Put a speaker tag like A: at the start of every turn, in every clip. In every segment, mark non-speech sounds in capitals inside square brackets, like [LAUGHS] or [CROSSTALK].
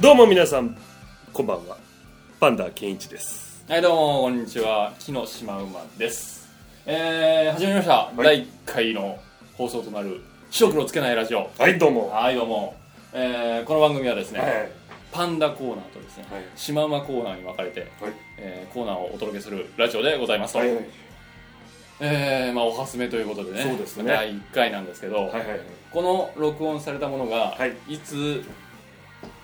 A: どうも皆さんこんばんはパンダケンイチです
B: はいどうもこんにちは木の島馬ですえー、始まりました、
A: い
B: 第1回の放送となる「白黒つけないラジオ
A: はいどう」も
B: はいどうも、えー、この番組はですね、
A: はい
B: パンダコーナーとですね、
A: はい
B: シマウマコーナーに分かれて、
A: はい
B: えーコーナーをお届けするラジオでございますと、
A: はいはい
B: えーまあ、おはすめということでね
A: そうですね
B: 第1回なんですけど、
A: はいはい
B: この録音されたものが、、
A: はい
B: つ、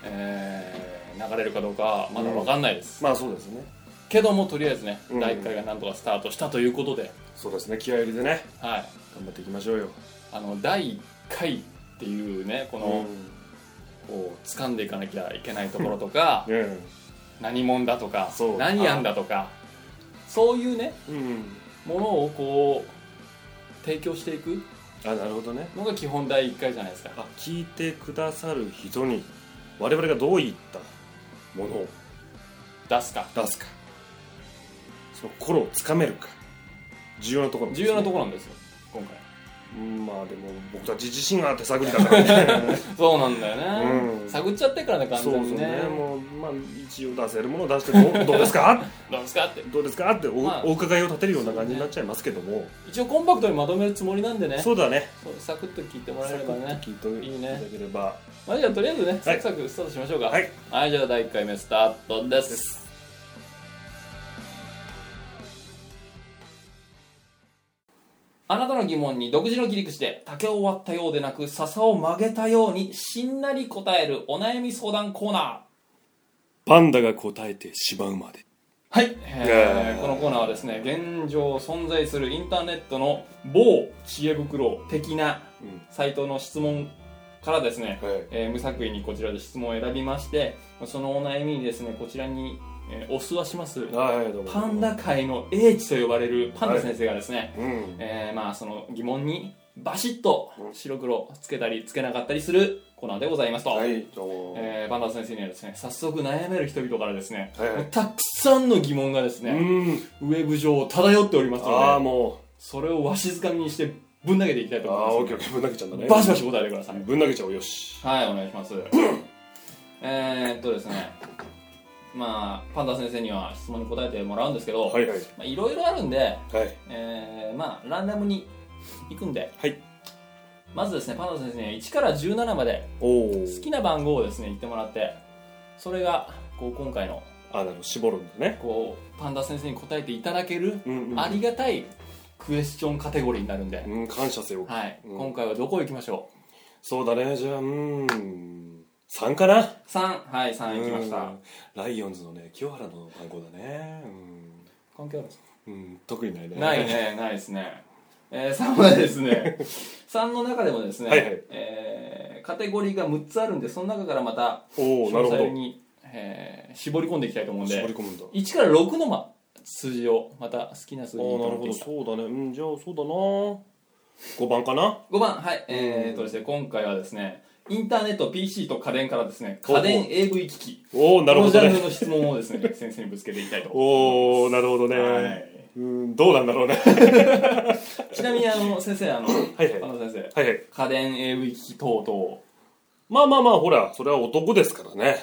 B: えー流れるかどうかまだ分かんないです、
A: まあそうですね
B: けどもとりあえずね、
A: うん
B: 第1回がなんとかスタートしたということで、
A: そうですね気合い入れてね
B: はい、
A: 頑張っていきましょうよ
B: あの第1回っていうねこの、
A: う
B: こう掴んでいかなきゃいけないところとか
A: んうん
B: 何もんだとか
A: そう
B: 何やんだとかそういうね
A: うん
B: ものをこう提供していく
A: あなるほどね
B: のが基本第1回じゃないですか
A: あ聞いてくださる人に我々がどういったものを
B: 出すか
A: 出すかその心をつかめるか重要なところんです
B: 重
A: ね
B: 要なところなんですよ今回
A: うんまあでも僕たち自身があって探りだからね
B: そうなんだよね、
A: うん
B: 探っちゃってからね完
A: そう
B: 全
A: そう
B: にね
A: ねもうまあ一応出せるものを出してどう
B: [LAUGHS]
A: どうですか
B: どうですかって
A: どうですかってお,、
B: まあ
A: お伺いを立てるような感じになっちゃいますけども
B: 一応コンパクトにまとめるつもりなんでね
A: そう,、だね
B: そうサクッと聞いてもらえ
A: サ
B: れ
A: ク
B: ば
A: ッ
B: ね
A: と聞いていただければ
B: まあ、じゃあとりあえずねサクサクスタートしましょうか
A: はい
B: はい、じゃあ第1回目スタートですあなたの疑問に独自の切り口で竹を割ったようでなく笹を曲げたようにしんなり答えるお悩み相談コーナ
A: パンダが答えてしまうまで
B: ーはい、え
A: えー
B: ーこのコーナーはですね現状存在するインターネットの某知恵袋的な
A: うん
B: サイトの質問からですね、
A: はい
B: えー無作為にこちらで質問を選びましてそのお悩みにですねこちらに、えーお座します
A: はいはいどうも
B: パンダ界の英知と呼ばれるパンダ先生がですね、
A: うん
B: えーまあその疑問にバシッと白黒つけたりつけなかったりするコーナーでございますと、
A: はいどうも、
B: えーパンダ先生にはですね早速悩める人々からですね、
A: はいはい
B: もうたくさんの疑問がですね、
A: うん
B: ウェブ上漂っております
A: ああ
B: ので
A: も
B: それをわしづかみにしてぶん投げていきたいうと
A: あ
B: 思いま
A: あ
B: す
A: オッケーオッケーぶん投げちゃうんだね
B: バシバシ答えてください
A: ぶん投げちゃおうよし
B: はいお願いします
A: [CLEARS THROAT]
B: えーっとですねまあパンダ先生には質問に答えてもらうんですけど、
A: はいはい
B: まあ、いろいろあるんで、
A: はい
B: えーまあランダムに行くんで、
A: はい
B: まずですねパンダ先生には1から17まで
A: おお
B: 好きな番号をですね言ってもらってそれがこう今回の
A: あなるほど絞るんだね
B: こうパンダ先生に答えていただける、
A: うんうん
B: ありがたいクエスチョンカテゴリーになるんで、
A: うん感謝せよ
B: はい、
A: うん
B: 今回はどこ行きましょ
A: そうだねじゃあうん3かな
B: う3はい3行きまし
A: う
B: た
A: んライオンズのね清原の番号だね
B: 関係あるんですか
A: うん、うん、特にないね
B: ないね、ないですね。えー、3はです
A: [LAUGHS]
B: ね、3の中でもですね、
A: はいはい
B: えーカテゴリーが6つあるんで、その中からまた、
A: おおな
B: 詳
A: るほ
B: 細
A: ど
B: に、えー絞り込んでいきたいと思うん
A: 絞
B: で
A: り、込むんだ
B: 1から6の、ま、数字を、また好きな数
A: あ
B: 字に
A: ーなるほどそうだねうんじゃあそうだな5番かな
B: 5番、はい、えーとですね、今回はですね、インターネット、PC と家電からですね、
A: ほうほ
B: 家
A: う
B: 電 AV 機器、
A: おおな
B: こ
A: るほ
B: のジ
A: ど
B: ャンル
A: ね
B: の質問をです
A: [LAUGHS]
B: ね、先生にぶつけていきたいと
A: おおなるほどね、
B: はい
A: うんどうなんだろうね
B: ちなみに、あの、先生、あの、
A: はいはい
B: あの先生、
A: はいはい
B: 家電 AV 機器等々、
A: まあまあまあほらそれは男ですからね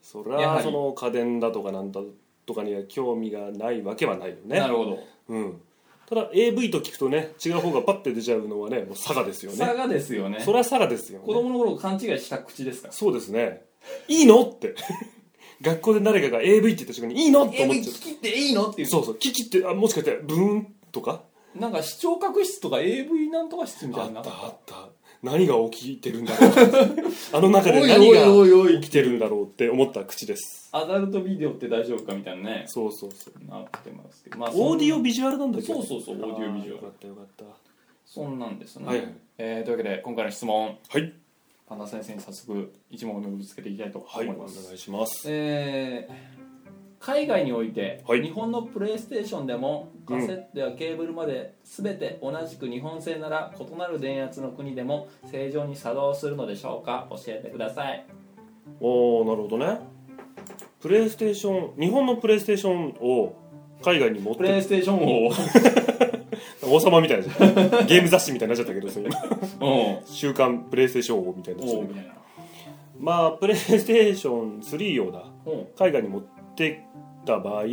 A: それ
B: やは
A: は
B: り
A: その家電だとかなんだとかには興味がないわけはないよね
B: なるほど。
A: うんただ AV と聞くとね違う方がパッて出ちゃうのはねもう佐賀ですよね
B: 差がですよね
A: それは佐賀ですよ、ね、
B: 子供の頃勘違いした口ですから
A: そうですねいいのって学校で誰かが AV って言った瞬間にいいのって思っちゃ
B: 切っていいのっていう
A: そうそう危機ってあもしかしてブーンとか
B: うなんか視聴覚室とか AV なんとか室みた
A: あ
B: い
A: っ
B: な
A: たあった何が起きてるんだ [LAUGHS] ろうあの中で何が
B: おいおいお
A: 起きてるんだろうって思った口です
B: アダルトビデオって大丈夫かみたいなね
A: そうそうそう
B: なってますけどまあそん
A: オーディオビジュアルなんだっけ
B: そうそうそう
A: あー
B: オーディオビジュアル
A: よかったよかった
B: そんなんですね、
A: はいはい
B: えーというわけで今回の質問
A: はい
B: パンダ先生に早速一問目をぶつけていきたいと
A: はい
B: 思い
A: お
B: ます、
A: 願いします
B: えー海外において、
A: はい
B: 日本のプレイステーションでもカセットやケーブルまで全て同じく日本製なら異なる電圧の国でも正常に作動するのでしょうか教えてください
A: おおなるほどねプレイステーション日本のプレイステーションを海外に持っ
B: プ
A: て
B: レイステーションを
A: 王様みたいなじゃんゲーム雑誌みたいになっちゃったけどその
B: うん
A: 週刊プレイステーション王みたいなやつ
B: おう
A: ね
B: みたいな
A: まあプレイステーション3用だ
B: を
A: 海外に持ってった場合、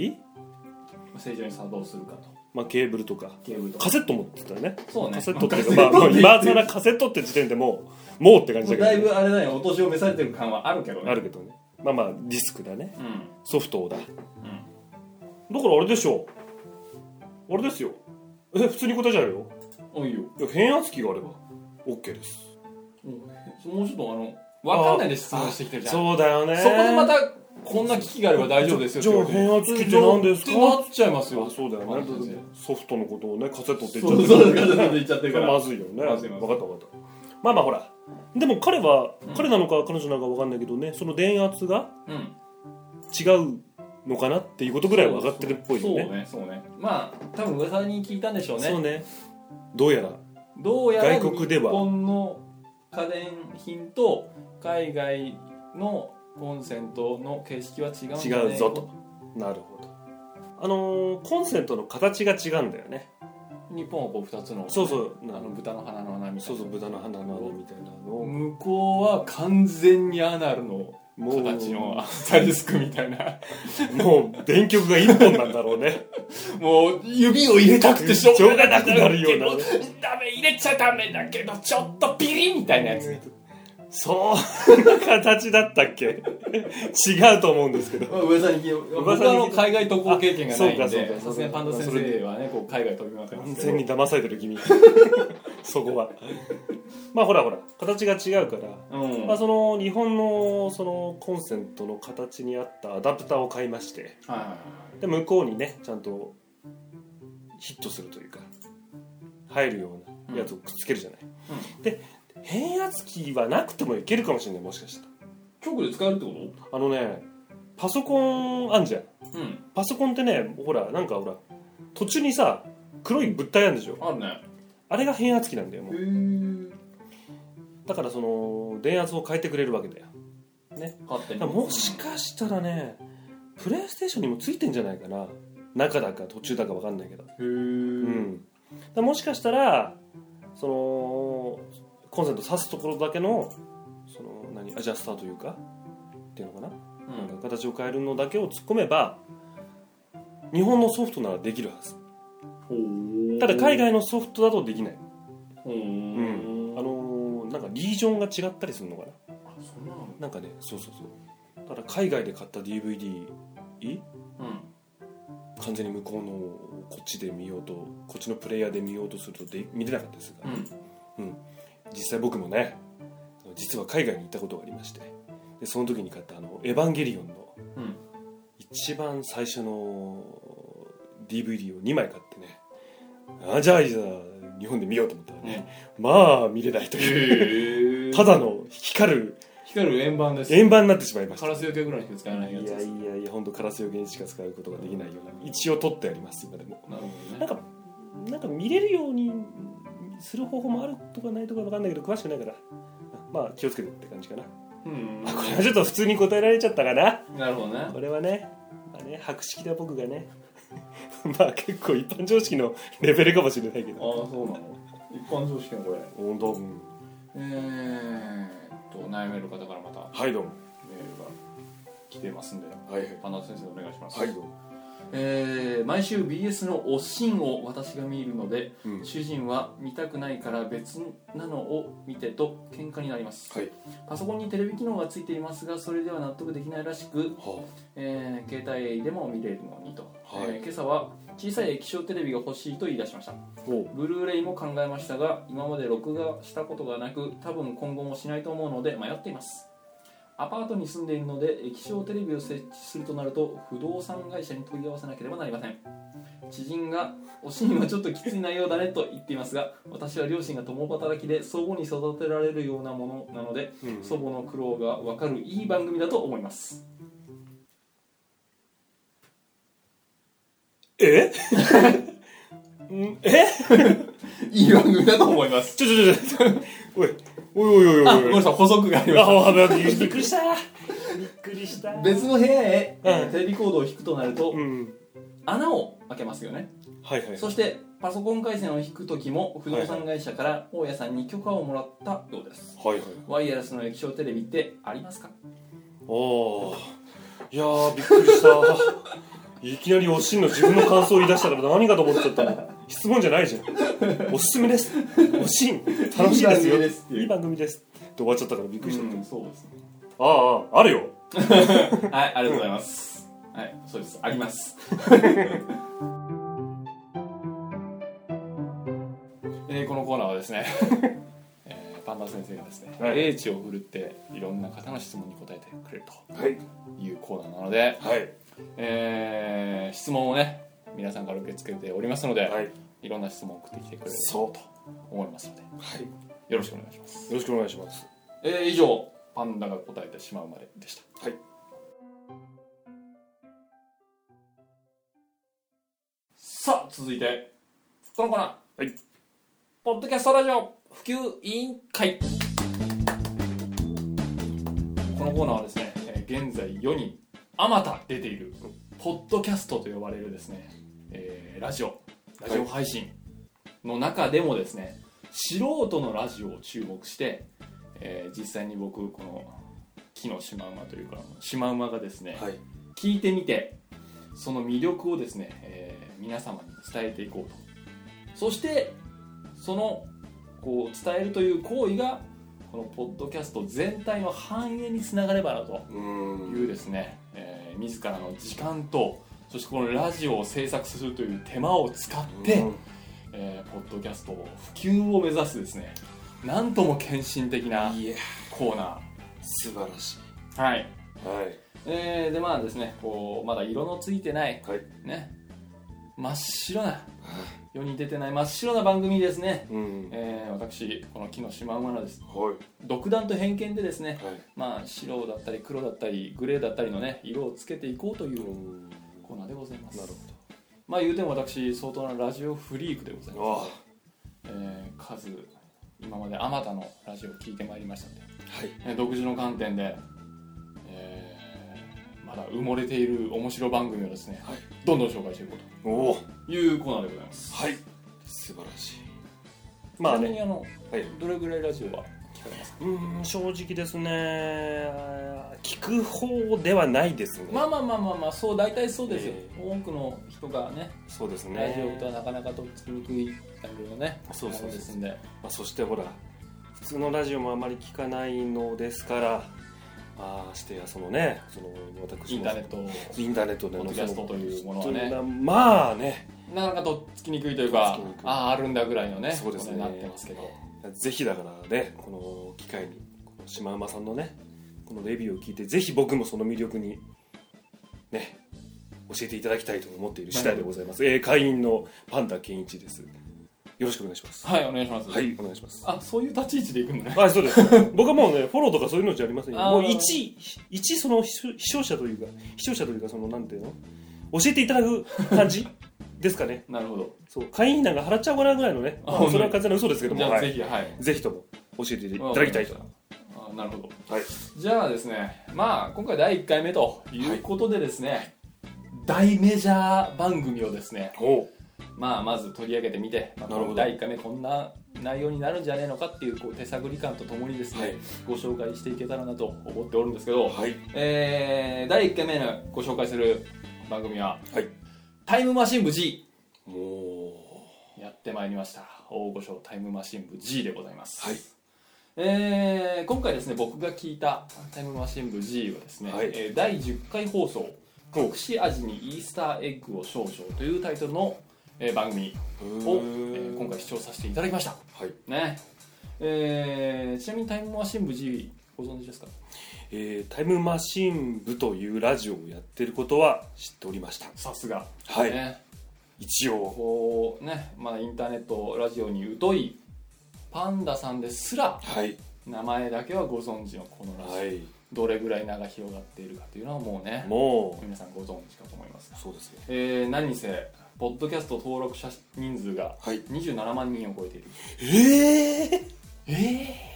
B: 正常に作動するかと
A: まあ、ケーブルとか
B: ケーブルと
A: カ
B: か
A: セット持ってたよね
B: そうね
A: カセットっていうか、まあ、
B: [LAUGHS]
A: まあ今更カセットって時点でもうもうって感じ
B: も
A: だ
B: う
A: けど
B: だい
A: ね、
B: ぶあれだよお年を召されてる感はあるけどね
A: あるけどねまあまあディスクだね
B: うん
A: ソフトだだか
B: うん
A: らあれでしょうあれですよえ普通に答えちゃうよ
B: おいよ
A: いや変圧器があれば OK です
B: もうちょっとあの分かんないで質問してきてるじゃんそ
A: そうだよね
B: こでまたこんな機器があれば大丈夫ですよ
A: じゃあ
B: って言
A: 変
B: われ
A: 圧器って何です
B: ってな
A: か
B: っちゃいますよ
A: そうだよ
B: そうそう
A: ねソフトのことをねカセットって言っち
B: そ
A: ゃって
B: う
A: る
B: そうガチャガチャ言っちゃってるから
A: まずいよね
B: ま
A: 分
B: ずいまずい
A: かった分かったまあまあほらでも彼は、
B: うん
A: 彼なのか彼女なのか分かんないけどねその電圧が
B: うん
A: 違うのかなっていうことぐらいは分かってるっぽいよね
B: そうそうねそうねまあ多分噂に聞いたんでしょうね
A: そうねどうやら
B: どうやら
A: 外国で
B: 日
A: は
B: 本の家電品と海外のコンセントの形式は違うんだね
A: 違うぞとなるほどあのーコンセントの形が違うんだよね
B: 日本はこう2つの
A: そうそう
B: あ
A: な
B: の豚の鼻の穴みた
A: そ
B: いうな
A: そう豚の鼻の穴みたいなのを
B: 向こうは完全にアナルの
A: もう
B: 形のアスタリスクみたいな
A: もう電極が一本なんだろうね
B: もう指を入れたくてしょうがなくなるような
A: しょうがな
B: ダメ入れちゃダメだけどちょっとピリみたいなやつ
A: そんな形だったっけ違うと思うんですけど
B: まあ、噂に聞い僕
A: 噂に聞い
B: はあの海外渡航経験がない
A: あ
B: ん
A: そうかそう
B: で
A: か
B: さすがにパンダ先生はねこう海外飛び回ってま
A: 完
B: すけ
A: 全
B: ど
A: に騙されてる君 [LAUGHS] そこはまあほらほら形が違うから、
B: うん
A: まあ、
B: はい
A: その日本のそのコンセントの形に合ったアダプターを買いまして
B: は
A: で向こうにねちゃんとヒットするというか入るようなやつをくっつけるじゃない、で変圧器はなくてもいけるかもしれないもしかしたら
B: い直で使えるってこ
A: あのねパソコンあんじゃん
B: とうん
A: パソコンってねほらなんかほら途中にさ黒い物体あるでしょ
B: あるね
A: あれが変圧器なんだよもう
B: へ
A: だからその電圧を変えてくれるわけだよ
B: え勝
A: だ
B: 手に
A: からもしかしたらねプレイステーションにもついてんじゃないかな中だか途中だか分かんないけど
B: へえ
A: うんだからもしかしたらそのコンセント挿すところだけのその何アジャスターというかっていうのかななんか形を変えるのだけを突っ込めば日本のソフトならできるはず
B: うん
A: ただ海外のソフトだとできない、
B: う
A: うんんあのーなんかリージョンが違ったりするのかな
B: あそんなの
A: なんかねそうそうそうただ海外で買った DVD
B: うん
A: 完全に向こうのをこっちで見ようとこっちのプレイヤーで見ようとするとで見れなかったですが、
B: うん
A: 実際僕もね実は海外に行ったことがありましてでその時に買ったあの「エヴァンゲリオン」の
B: うん
A: 一番最初の DVD を2枚買ってねあじゃあいざ日本で見ようと思ったらね、まあ見れないという
B: へえ
A: ただの光る
B: 光る円盤です
A: 円盤になってしまいました
B: カラスよけぐらいしか使えない
A: い
B: や
A: や
B: つ
A: い
B: です
A: やいや本当カラスよけにしか使うことができないような一応取ってあります今でも
B: なるほど
A: な
B: ね
A: んかなんか見れるようにする方法もあるとかないとかわかんないけど詳しくないからまあ気をつけてって感じかな
B: うん
A: あこれはちょっと普通に答えられちゃったかな
B: なるほどね
A: これはね,、まあ、ね博識な僕がね [LAUGHS] まあ結構一般常識のレベルかもしれないけ
B: ああ
A: ど
B: そうなの一般常識のこれ
A: 本当、うん
B: えーっと悩める方からまた
A: はいどうも
B: メールが来てますんで
A: はい
B: パンダ先生お願いします、
A: はいどうも、
B: えー毎週 BS のおしんを私が見るので
A: うん、
B: 主人は見たくないから別なのを見てと喧嘩になります、
A: はい
B: パソコンにテレビ機能がついていますがそれでは納得できないらしく、
A: は
B: えー携帯でも見れるのにと、
A: はい
B: えー今朝は小さい液晶テレビが欲しいと言い出しました
A: あほ
B: ブルーレイも考えましたが今まで録画したことがなく多分今後もしないと思うので迷っていますアパートに住んでいるので液晶テレビを設置するとなると不動産会社に問い合わせなければなりません知人が「おしんはちょっときつい内容だね」と言っていますが私は両親が共働きで祖母に育てられるようなものなので
A: う、うん
B: 祖母の苦労が分かるいい番組だと思います
A: え [LAUGHS] うんえ
B: いい番組だと思います
A: ちょちょちょちょおいおいおいおいおいおい
B: あごめんなさい補足がありま
A: あ
B: す
A: あ危ないびっくりしたびっくりした
B: 別の部屋へ、えー
A: うん
B: テレビコードを引くとなると
A: うん
B: 穴を開けますよね
A: はいはい
B: そしてパソコン回線を引く時も不動産会社から大家さんに許可をもらったようです
A: はいはい
B: ワイヤレスの液晶テレビってありますか
A: おーいやーびっくりしたいきなりおしんの自分の感想を言い出したから何かと思っちゃったの質問じゃないじゃんおすすめですおしん楽しいですよ
B: いい番組ですっ
A: い
B: ていう
A: い番組ですって終わっちゃったからびっくりしちゃった、
B: うんそうですね
A: あああるよ
B: はいありがとうございますはいそうですあります、 [LAUGHS] えーこのコーナーはですね、 [LAUGHS] えーパンダ先生がですね、
A: はい
B: 英知を振るっていろんな方の質問に答えてくれる
A: はい
B: というコーナーなので、
A: はい
B: えー質問をね皆さんから受け付けておりますので、、
A: はいい
B: ろんな質問を送ってきてくれると
A: そうと
B: 思いますので
A: はいよ
B: よろしくお願いします
A: ろしくお願いします
B: えー以上パンダが答えてしまうまででした
A: はい
B: さあ続いてこのコーナ
A: は
B: ー
A: い
B: ポッドキャストラジオ普及委員会このコーナーはですね、えー現在世にあまた出ているポッドキャストと呼ばれるですね、えーラジオラジオ配信の中でもですね、素人のラジオを注目して、えー実際に僕この木のシマウマというかシマウマがですね、
A: はい
B: 聞いてみてその魅力をですね、えー皆様に伝えていこうとそしてそのこう伝えるという行為がこのポッドキャスト全体の繁栄につながればなと
A: うー
B: いうんですね、えー自らの時間とそしてこのラジオを制作するという手間を使って、
A: うん
B: えーポッドキャストを普及を目指すですねなんとも献身的ない
A: や
B: コーナ
A: 素晴らし
B: ーはい
A: いはい
B: えーでまあですねこうまだ色のついてない
A: はい
B: ね真っ白な世に出てない真っ白な番組ですね、
A: うん
B: えー私この木のシマウマのです
A: は
B: 独断と偏見でですね
A: いはい
B: まあ白だったり黒だったりグレーだったりのね色をつけていこうといううんコーナーでございます
A: なる
B: まあ言うても私相当なラジオフリークでござい
A: ほ
B: ま
A: どあ
B: す、えー数今まであまたのラジオを聞いてまいりましたので
A: あはい
B: えー独自の観点で、えーまだ埋もれている面白番組をですね、
A: はい
B: どんどん紹介していこう
A: おお
B: というコーナーでございます、
A: はい素晴らしいまあ
B: ちなみ
A: ね
B: にあの
A: はい
B: どれぐらいラジオは聞かれますか、
A: うーん正直ですね聞く方ではないですね
B: まあまあまあまあまあそう大体そうですよ、
A: え
B: 多くの人がね
A: そうですね
B: ラジオとはなかなかとっつきにくい感じのね
A: そうそうそう
B: ものですんで
A: まあ、そしてほら普通のラジオもあまり聞かないのですからまあしてやそのねその私も
B: インターネット
A: インターネットで
B: ポッドキャストというものはね
A: そのまあね
B: なかなかとっつきにくいというか
A: とっつきにくい
B: あああるんだぐらいのね
A: そうですね
B: ことになってますけど
A: ぜひだからねこの機会にこの島山さんのねこのレビューを聞いてぜひ僕もその魅力にね教えていただきたいと思っている次第でございます、えー会員のパンダ健一ですよろしくお願いします
B: はいお願いします、
A: はいお願いします
B: あそういう立ち位置でいくんだね
A: はい、そうです。
B: [LAUGHS]
A: 僕はもうね、フォローとかそういうのじゃありませんよ。
B: あー
A: もう一、一その視聴者というか、視聴者というか、その、なんていうの教えていただく感じですかね。
B: なるほど
A: そう、会員費なんか払っちゃおうかなぐらいのね。
B: あ
A: まあ
B: 本当に
A: それは完全な嘘ですけど
B: じ
A: も、
B: ゃあ、
A: は
B: ぜ
A: い。
B: ひはい
A: ぜひとも教えていただきたいと。
B: あなるほど
A: はい。
B: じゃあですねまあ今回第1回目ということでですね、大メジャー番組をですね、
A: おう
B: まあ、まず取り上げてみて、まあ
A: なるほど
B: 第1回目こんな内容になるんじゃねえのかっていうこう手探り感とともにですね、
A: はい
B: ご紹介していけたらなと思っておるんですけど、
A: はい。
B: えー第1回目のご紹介する番組は
A: はい。
B: 「タイムマシン部 G
A: も」
B: やってまいりました大御所タイムマシン部 G でございます、
A: はい
B: えー今回ですね僕が聞いた「タイムマシン部 G」はですね、
A: はい
B: えー第10回放送「
A: ほう
B: 隠し味にイースターエッグを少々」というタイトルの、えー番組
A: う、
B: を、え
A: へ
B: ー
A: ー
B: 今回視聴させていただきました
A: はい。
B: ねえーちなみに「タイムマシン部 G」ご存知ですか
A: えータイムマシン部というラジオをやってることは知っておりました。
B: さすが、
A: はい。
B: ね、
A: 一応。
B: こうね、まあ、インターネットラジオに疎いパンダさんですら
A: はい。
B: 名前だけはご存知のこのラジオ、
A: はい。
B: どれぐらい名が広がっているかというのはもうね
A: も
B: 皆さんご存知かと思います
A: う、
B: が、
A: そうですね。
B: えー、何せポッドキャスト登録者人数が
A: はい。
B: 27万人を超えている
A: ええ
B: ええ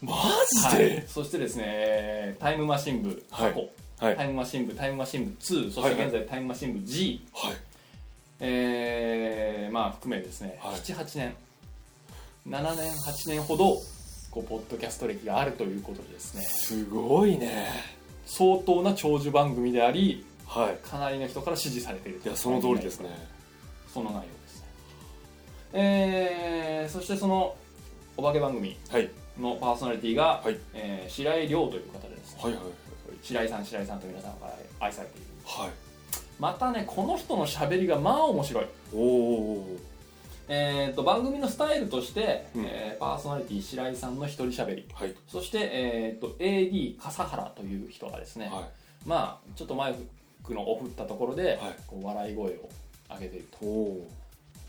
A: マ
B: はい、そしてですねえータイムマシン部過去、
A: はいはい
B: タイムマシン部タイムマシン部2そして現在タイムマシン部 G、
A: はい
B: えーまあ含めですね、
A: はい
B: 78年7年8年ほどこうポッドキャスト歴があるということでですね
A: すごいね
B: 相当な長寿番組であり
A: はい
B: かなりの人から支持されている
A: いやその通りですね
B: その内容ですねえーそしてそのお化け番組
A: はい
B: のパーソナリティが、
A: はい
B: えー白井亮という方でですね
A: はいはい
B: 白井さん白井さんと皆さんから愛されている
A: はい
B: またねこの人の喋りがまあ面白い
A: おお
B: えー、と番組のスタイルとして、
A: うん
B: えーパーソナリティ白井さんの一人喋り
A: はい
B: そして、えー、と AD 笠原という人がですね、
A: は
B: まあちょっとマイクのオフったところで、
A: はい
B: こう笑い声を上げていると
A: いおお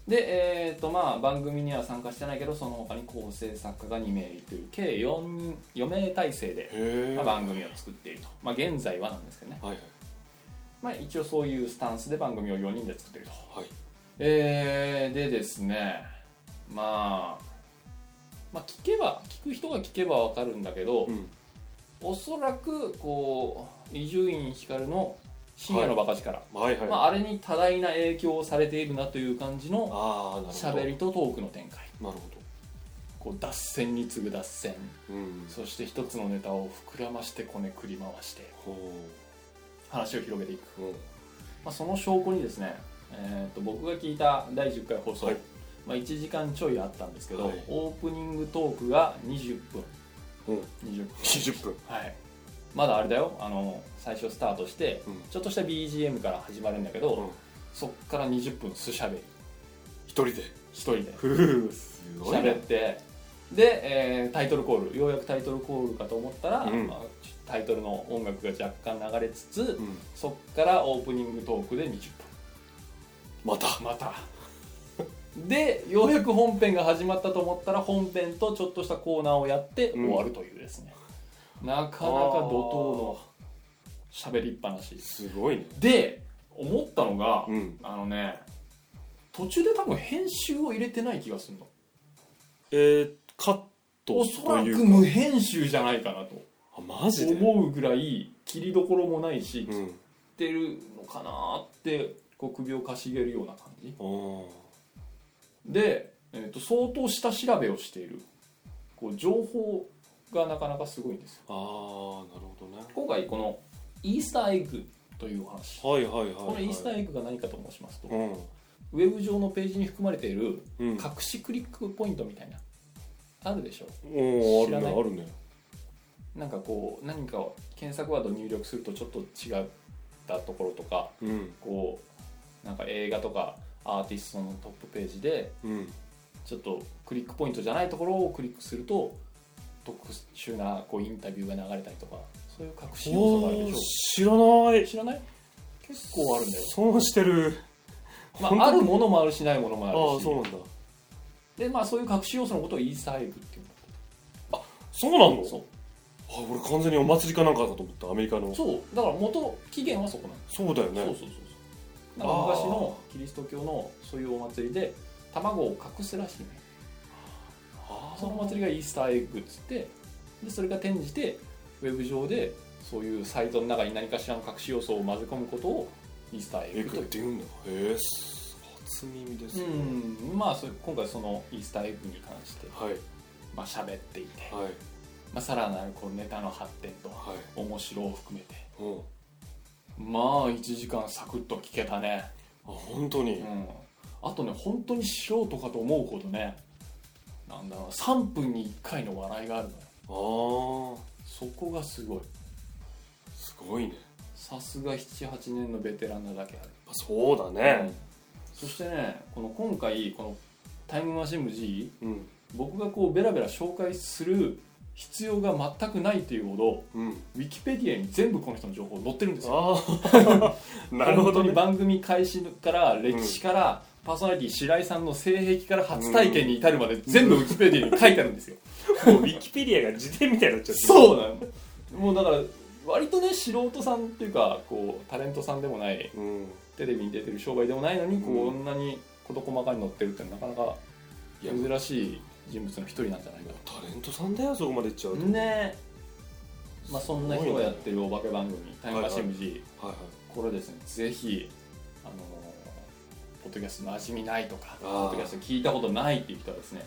B: で、えーとまあ、番組には参加してないけどその他に構成作家が2名いるという計 4, 人4名体制で、
A: へえ
B: まあ
A: は
B: 番組を作っていると、まあ、現在はなんですけどね、
A: いはい
B: まあ、一応そういうスタンスで番組を4人で作っていると
A: はい
B: えー、でですね、まあ、まあ、聞けば、聞く人が聞けばわかるんだけど、
A: うん
B: おそらく、こう、伊集院光の深夜のバカ力、
A: はいはい
B: まあ、あれに多大な影響をされているなという感じの
A: ああなるほど
B: 喋りとトークの展開。
A: なるほ
B: こう脱線に次ぐ脱線
A: どうん
B: そして一つのネタを膨らましてこねくり回して
A: ほ
B: 話を広げていく、
A: ううん
B: まあ、その証拠にですね、えー、と僕が聞いた第10回放送、
A: はい
B: まあ、1時間ちょいあったんですけど、
A: はい
B: オープニングトークが20分
A: うん
B: 20分
A: 20分
B: はいまだあれだよあの最初スタートして、
A: うん
B: ちょっとした BGM から始まるんだけど、
A: うん
B: そっから20分素しゃべり
A: 一人で
B: 一人で
A: ふうす
B: しゃべってで、えータイトルコールようやくタイトルコールかと思ったら、
A: うん
B: まあタイトルの音楽が若干流れつつ、
A: うん
B: そっからオープニングトークで20分
A: また
B: また [LAUGHS] でようやく本編が始まったと思ったら本編とちょっとしたコーナーをやって
A: うん
B: 終わるというですね、なかなか怒涛の喋りっぱなし
A: すごいね
B: で思ったのが、
A: うん
B: あのね途中で多分編集を入れてない気がするの
A: えー、カット
B: おそら
A: とい
B: く
A: う
B: 無編集じゃないかなと
A: あマジで
B: 思うぐらい切りどころもないし
A: う
B: 切っ
A: ん
B: てるのかなってこう首をかしげるような感じ
A: おー
B: で、えー、と相当下調べをしているこう情報がなかなかすごいんですよ
A: あーなるほどね
B: 今回このイースターエッグというお話
A: はいはいはい、はい、
B: このイースターエッグが何かと申しますと
A: う
B: ウ
A: ん
B: ェブ上のページに含まれている
A: うん
B: 隠しクリックポイントみたいなあるでしょ
A: おー
B: 知
A: あ
B: ら
A: る
B: ない
A: ねあるね
B: なんかこう何かを検索ワードを入力するとちょっと違ったところとか
A: うん
B: こうなんか映画とかアーティストのトップページで
A: うん
B: ちょっとクリックポイントじゃないところをクリックすると特殊なこうインタビューが流れたりとかそういう隠し要素があるで
A: おー
B: し
A: 知らない
B: ょ知らない結構あるんだよ、
A: 損してる
B: ま
A: 本
B: あ、あ
A: 当に
B: るものもあるしないものも
A: あ
B: あ
A: あ
B: る
A: ー
B: し
A: そうなんだ
B: で、まあ、そういう隠し要素のことをイーサーエッグっていう
A: そうな
B: の
A: の
B: そ
A: あ俺完全にお祭りかなんかだと思ったアメリカの
B: うそうだから元起源はそこなん
A: そうだよ
B: そう
A: ね
B: そうそうそうなんか昔のキリスト教のそういうお祭りで卵を隠すらしいね
A: あー
B: そのお祭りがイースターエッグっつってでそれが転じてウェブ上でそういうサイトの中に何かしらの隠し要素を混ぜ込むことをイースターエ
A: エ
B: ッ
A: ッ
B: グ
A: グ
B: と
A: って言うんだへえす初耳ですね、
B: うんまあそれ今回そのイースターエッグに関して
A: はい
B: まあ喋っていて、
A: はい
B: まあ、さらなるこうネタの発展と
A: はい
B: 面白を含めて
A: うんあ
B: まあ1時間サクッと聞けたね
A: 本当に、
B: うん、あとね本当に素人かと思うほどねなんだろう3分に1回の笑いがあるのよ
A: ああ
B: そこがすごい
A: すごいね
B: さすが78年のベテランなだけある
A: やっぱそうだね
B: そしてねこの今回この「タイムマシン部 G
A: うん」
B: 僕がこうベラベラ紹介する必要が全くないというほど
A: うん
B: ウィキペディアに全部この人の情報載ってるんですよ
A: あ [LAUGHS] あなるほど
B: 本当に
A: ね
B: 番組開始から歴史から、パーソナリティ白井さんの性癖から初体験に至るまで全部ウィキペディアに書いてあるんですよ
A: もうウィキペディアが辞典みたいになっちゃって、
B: そうなのもうだから割とね素人さんっていうかこうタレントさんでもないう
A: うん、
B: テレビに出てる商売でもないのに、
A: うん
B: こんなに事細かに載ってるってなかなか
A: いやもう
B: 珍しい人物の一人なんじゃないか
A: タレントさんだよそこまでいっちゃうと、
B: とねまあそんな人がやってるお化け番組「タイムマシン G
A: はいは」
B: これですねぜひあのーポポッドキャスト馴染みないとか
A: あ
B: ポ
A: ー
B: ッドキャスト聞いたことないっていう人はですね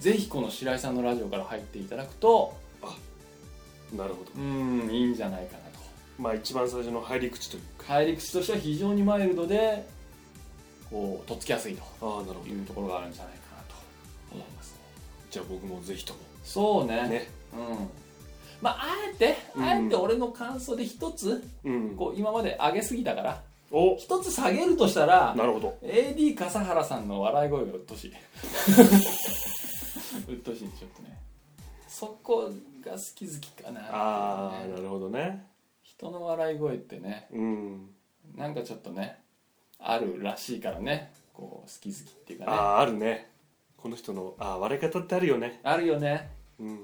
B: ぜひこの白井さんのラジオから入っていただくと
A: なるほど
B: うーんいいんじゃないかなと
A: まあ一番最初の入り口という
B: 入り口としては非常にマイルドでこうとっつきやすいと
A: ああなるほ
B: いうところがあるんじゃないかなと思いますね
A: じゃあ僕もぜひとも
B: そうね
A: ね
B: うんまああえて
A: うん
B: あえて俺の感想で一つ
A: うん
B: こう今まで上げすぎたから
A: お
B: 一つ下げるとしたら
A: なるほど
B: AD 笠原さんの笑い声がうっ
A: [LAUGHS]
B: とうしいうっとうしいねちょっとねそこが好き好きかなっていうね
A: ああなるほどね
B: 人の笑い声ってね
A: うん
B: なんかちょっとねあるらしいからねこう好き好きっていう
A: あ
B: かね
A: ああるねこの人のああ割れ方ってあるよね
B: あるよね
A: うん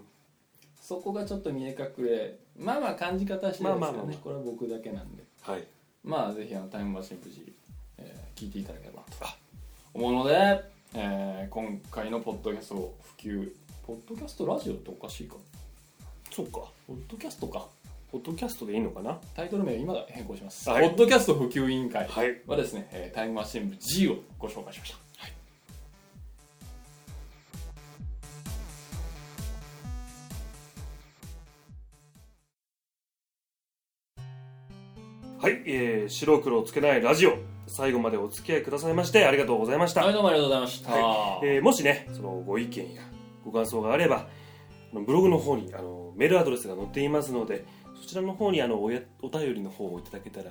B: そこがちょっと見え隠れまあまあ感じ方してるんで
A: まあ
B: す
A: まあまあ
B: よ
A: ま
B: ね
A: あ
B: これは僕だけなんで
A: はい
B: まあぜひあのタイムマシン無事、えー聞いていただければと思うので、えー今回のポッドキャストを普及ポッドキャストラジオっておかしいか
A: そうか
B: ポッドキャストか
A: ポッドキャストでいいのかな
B: タイトル名を今変更します、
A: はい
B: ポッドキャスト普及委員会
A: はい
B: はですね、えータイムマシン部 G をご紹介しました
A: はい、えー、白黒つけないラジオ最後までお付き合いくださいましてありがとうございました、
B: はいどうもありがとうございました、
A: えーもしねそのご意見やご感想があればあのブログの方にあのメールアドレスが載っていますのでそちらの方にあのおやお便りの方をいただけたら、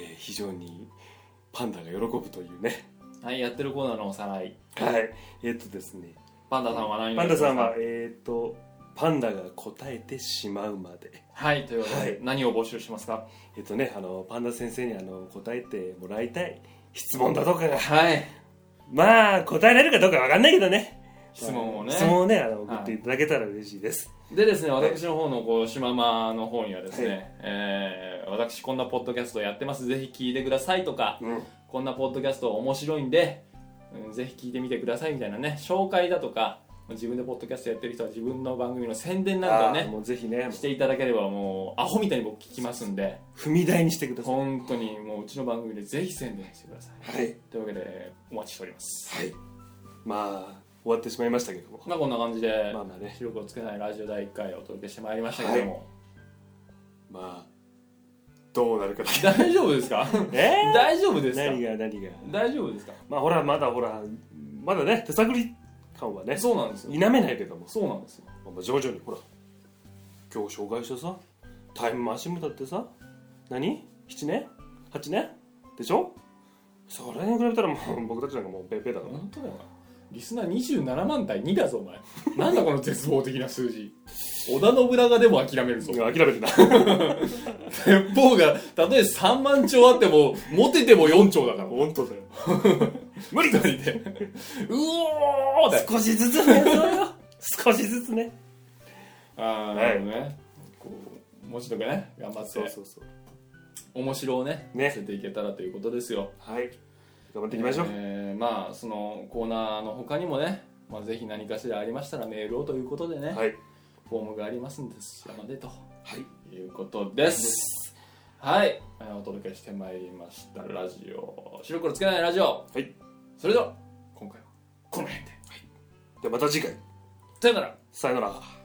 A: えー非常にパンダが喜ぶというね
B: はいやってるコーナーのおさらい
A: はいえーっとですね
B: パンダさんは何を
A: パンダさんはえーっとパンダが答えてしまうまで
B: はいということで、
A: はい
B: 何を募集しますか
A: えーっとねあのパンダ先生にあの答えてもらいたい質問だとかが
B: はい
A: まあ答えられるかどうかわかんないけどね
B: 質問をね
A: 質問をねあの
B: は
A: 送
B: い
A: っていただけたら嬉しいです、
B: でですね、
A: い
B: 私の方のこう、しままの方にはですね、
A: は
B: えー私こんなポッドキャストやってます、ぜひ聞いてくださいとか、
A: うん
B: こんなポッドキャスト面白いんで、うんぜひ聞いてみてくださいみたいなね、紹介だとか、自分でポッドキャストやってる人は自分の番組の宣伝なんか
A: あー
B: をね、
A: もうぜひね
B: していただければもう、アホみたいに僕聞きますんで、
A: 踏み台にしてください
B: 本当にもううちの番組でぜひ宣伝してください。
A: はい
B: というわけで、お待ちしております。
A: はいまあ終わってしまいましたけども
B: まあこんな感じで、
A: まあまあね
B: 記録をつけないラジオ第1回をお届けしてまいりましたけども、
A: まあどうなるかだ
B: 大丈夫で
A: [LAUGHS]
B: すか
A: え
B: 大丈夫ですか
A: 何が何が
B: 大丈夫ですか
A: まあほらまだほらまだね手探り感はね
B: そうなんですよ
A: 否めないけども、
B: そうなんですよ
A: まあまあ、徐々にほら今日紹介したさタイムマシン部だってさ何 ?7 年 ?8 年でしょそれに比べたらもう僕たちなんかもうペーペーだから
B: 本当だよなリスナー27万対2だぞお
A: [LAUGHS]
B: 前なんだこの絶望的な数字織田信長でも諦めるぞ
A: いや諦めてない
B: 鉄砲がたとえ3万兆あっても持てても4兆だか
A: [LAUGHS]
B: ら
A: 本当だよ無理
B: 一人でうおーだよ
A: 少しずつねそうよ少しずつね
B: ああなるほどねこうもうちょっとね頑張っ
A: そう
B: て
A: そうそう
B: 面白をね
A: ね
B: 見せていけたらということですよ
A: はい頑張っていきましょう、
B: えーまあそのコーナーの他にもね、まあ、ぜひ何かしらありましたらメールをということでね、
A: はい
B: フォームがありますんですそちらまでと
A: はい
B: いうことですはいえーお届けしてまいりましたラジオ白黒つけないラジオ
A: はい
B: それでは今回はこの辺で
A: ではまた次回
B: さよなら
A: さよなら